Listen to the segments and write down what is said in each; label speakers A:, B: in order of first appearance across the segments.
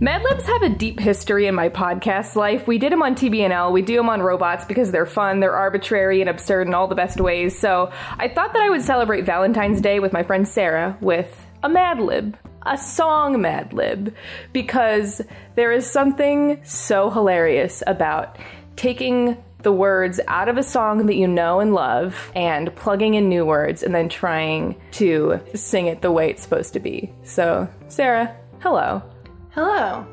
A: Mad Libs have a deep history in my podcast life. We did them on TBNL, we do them on robots because they're fun, they're arbitrary and absurd in all the best ways. So I thought that I would celebrate Valentine's Day with my friend Sarah with a Mad Lib. A song Mad Lib, because there is something so hilarious about taking the words out of a song that you know and love and plugging in new words and then trying to sing it the way it's supposed to be. So, Sarah, hello.
B: Hello.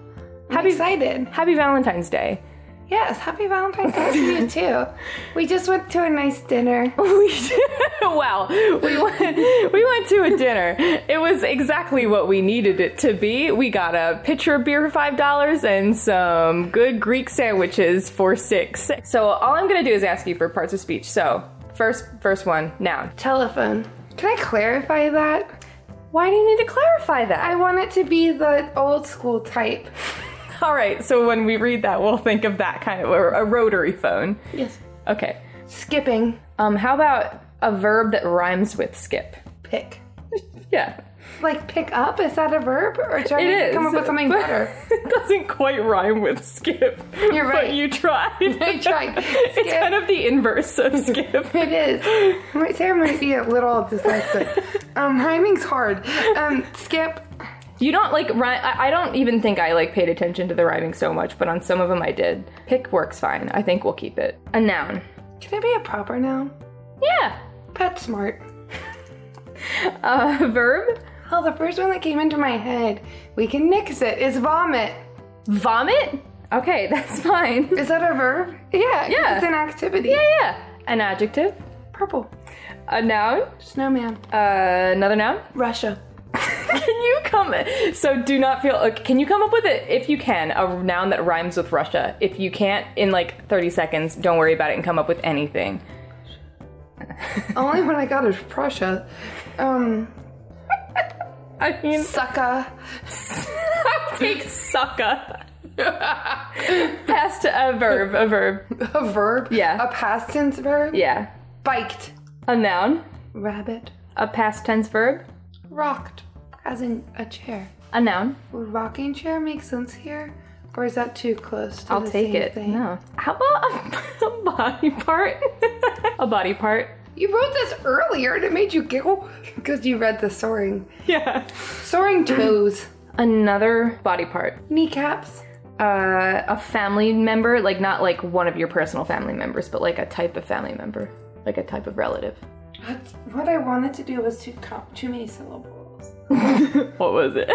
B: I'm
A: Happy-
B: excited.
A: Happy Valentine's Day.
B: Yes, happy Valentine's Day to you too. We just went to a nice dinner.
A: We did, well, we went, we went to a dinner. It was exactly what we needed it to be. We got a pitcher of beer for five dollars and some good Greek sandwiches for six. So all I'm gonna do is ask you for parts of speech. So first, first one, noun.
B: Telephone. Can I clarify that?
A: Why do you need to clarify that?
B: I want it to be the old school type.
A: All right, so when we read that, we'll think of that kind of or a rotary phone.
B: Yes.
A: Okay.
B: Skipping.
A: Um, how about a verb that rhymes with skip?
B: Pick.
A: Yeah,
B: Like pick up? Is that a verb? Or trying
A: it
B: to
A: is.
B: come up with something
A: but
B: better?
A: It doesn't quite rhyme with skip.
B: You're
A: But
B: right.
A: you tried.
B: I tried. Skip.
A: It's kind of the inverse of skip.
B: It is. My- Sarah might be a little dyslexic. um, rhyming's hard. Um, skip.
A: You don't like rhy- I I don't even think I like paid attention to the rhyming so much, but on some of them I did. Pick works fine. I think we'll keep it. A noun.
B: Can it be a proper noun?
A: Yeah.
B: PetSmart.
A: A verb.
B: Oh, the first one that came into my head. We can nix it. Is vomit.
A: Vomit. Okay, that's fine.
B: Is that a verb? Yeah. 'cause
A: Yeah.
B: It's an activity.
A: Yeah, yeah. An adjective,
B: Purple.
A: a noun,
B: Snowman.
A: uh, another noun.
B: Russia.
A: can you come? So do not feel. Okay, can you come up with it if you can? A noun that rhymes with Russia. If you can't, in like thirty seconds, don't worry about it and come up with anything.
B: Only one I got is Prussia. Um,
A: I mean,
B: sucka.
A: I take sucka. Past a verb, a verb.
B: A verb.
A: Yeah.
B: A past tense verb.
A: Yeah,
B: Biked.
A: a noun,
B: Rabbit.
A: a past tense verb,
B: Rocked. As in a chair.
A: a noun.
B: Would rocking chair make sense here? Or is that too close to
A: I'll
B: the
A: take
B: same
A: it.
B: thing?
A: No. How about a, a body part? a body part.
B: You wrote this earlier and it made you giggle because you read the soaring.
A: Yeah.
B: Soaring toes.
A: Another body part.
B: Kneecaps.
A: uh, a family member, like not like one of your personal family members, but like a type of family member, like a type of relative.
B: That's what I wanted to do was too com- too many syllables.
A: What was it?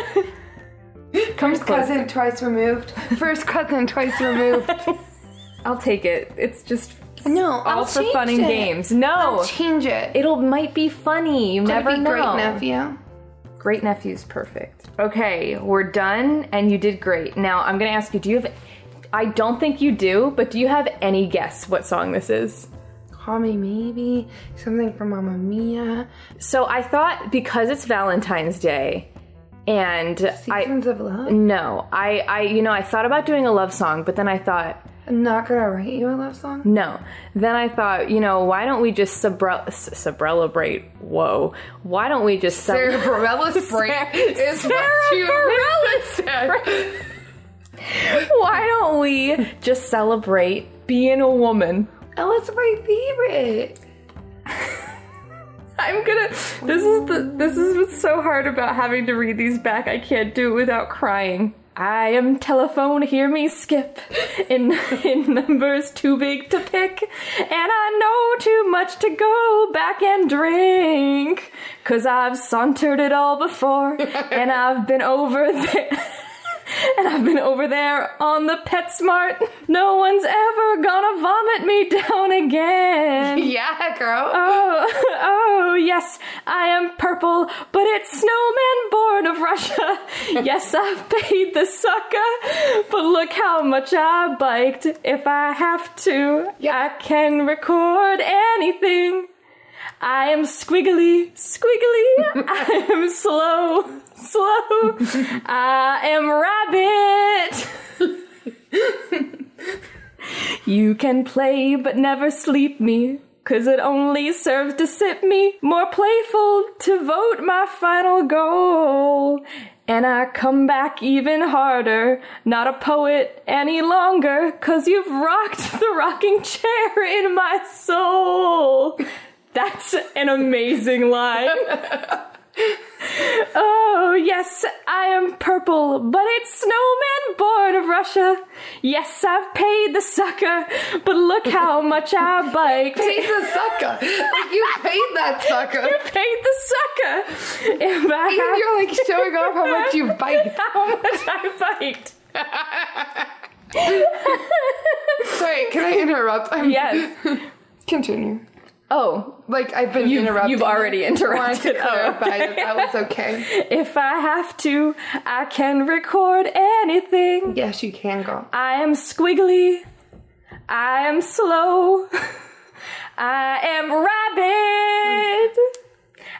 A: Comes
B: First
A: close.
B: cousin twice removed. First cousin twice removed.
A: I'll take it. It's just
B: No,
A: all
B: I'll
A: for
B: change
A: fun and
B: it.
A: games. No,
B: Change it.
A: it'll might be funny. You
B: Could
A: never
B: be
A: know.
B: great nephew.
A: Great nephew's perfect. Okay, we're done, and you did great. Now I'm gonna ask you: Do you have? I don't think you do, but do you have any guess what song this is?
B: Call me maybe something from Mamma Mia.
A: So I thought because it's Valentine's Day and I
B: Seasons of Love.
A: no, I I you know, I thought about doing a love song, but then I thought
B: I'm not gonna write you a love song.
A: no. Then I thought, you know, why don't we just subre- s- celebrate? Whoa. Why don't we just celebrate?
B: Cerebrellus
A: Why don't we just celebrate being a woman?
B: Oh, it's my favorite.
A: I'm gonna. This is the. This is what's so hard about having to read these back. I can't do it without crying. I am telephone. Hear me skip. In in numbers too big to pick, and I know too much to go back and drink. Cause I've sauntered it all before, and I've been over there. And I've been over there on the PetSmart. No one's ever gonna vomit me down again.
B: Yeah, girl.
A: Oh, oh, yes, I am purple, but it's snowman born of Russia. Yes, I've paid the sucker, but look how much I biked. If I have to, I can record anything. I am squiggly, squiggly. I am slow, slow. I am rabbit. You can play but never sleep me, 'cause it only serves to sip me more playful to vote my final goal. And I come back even harder, not a poet any longer, cause you've rocked the rocking chair in my soul. That's an amazing line. oh, yes, I am purple, but it's snowman born of Russia. Yes, I've paid the sucker, but look how much I biked.
B: Paid the sucker. Like you paid that sucker.
A: You paid the sucker. If I
B: And
A: had
B: you're like showing off how much you bite.
A: how much I biked.
B: Sorry, can I interrupt? I'm,
A: Yes.
B: Continue.
A: Oh,
B: Like I've been
A: You've-
B: interrupted.
A: you've already
B: I
A: interrupted.
B: wanted to
A: Oh,
B: clarify
A: okay.
B: that that was okay.
A: if I have to, I can record anything.
B: Yes, you can go.
A: I am squiggly. I am slow. I am rabid.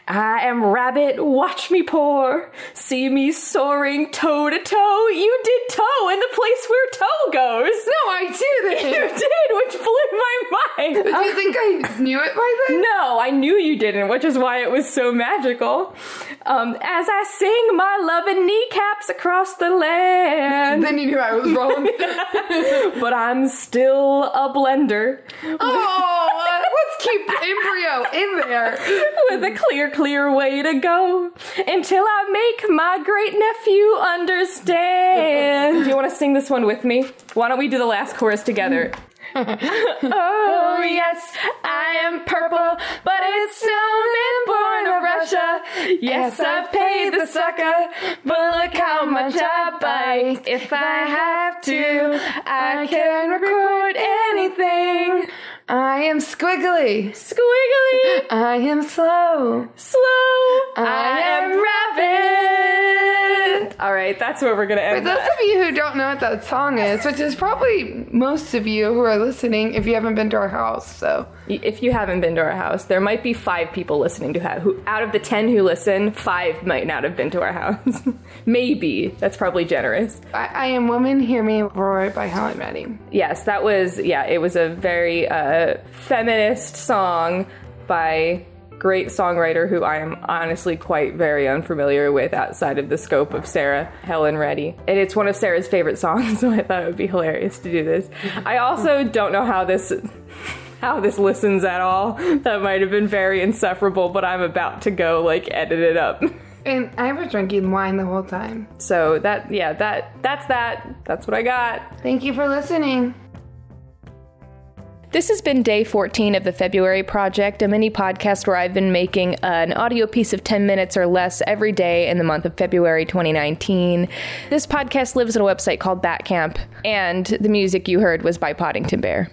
A: I am rabbit, watch me pour. See me soaring toe to toe. You did toe in the place where toe goes.
B: No, Oh, I
A: You
B: didn't.
A: did, which blew my mind. Um,
B: Do you think I knew it by then?
A: No, I knew you didn't, which is why it was so magical. Um, as I sing my loving kneecaps across the land,
B: Then you knew I was wrong.
A: but I'm still a blender
B: oh, uh, let's keep embryo in there.
A: with a clear, clear way to go until I make my great nephew understand. Do you want to sing this one with me? Why don't we do the last chorus together? oh, yes, I am purple, but it's snowman born of Russia. Yes, I've paid the sucker, but look how much I bite. If I have to, I can record anything.
B: I am squiggly.
A: Squiggly!
B: I am slow.
A: slow.
B: I am
A: rapid. All right, that's where we're gonna
B: For
A: end.
B: those
A: that.
B: of you who don't know what that song is, which is probably most of you who are listening, if you haven't been to our house, so
A: If you haven't been to our house, there might be five people listening to that. Who out of the ten who listen, five might not have been to our house. Maybe that's probably generous.
B: I, I am woman. Hear me roar by Helen Maddie.
A: Yes, that was yeah. It was a very uh, feminist song by great songwriter who I am honestly quite very unfamiliar with outside of the scope of Sarah Helen Reddy. And it's one of Sarah's favorite songs, so I thought it would be hilarious to do this. I also don't know how this how this listens at all. That might have been very insufferable, but I'm about to go like edit it up.
B: And I was drinking wine the whole time.
A: So that yeah, that that's that. That's what I got.
B: Thank you for listening.
A: This has been day 14 of the February Project, a mini podcast where I've been making an audio piece of 10 minutes or less every day in the month of February 2019. This podcast lives on a website called Batcamp, and the music you heard was by Poddington Bear.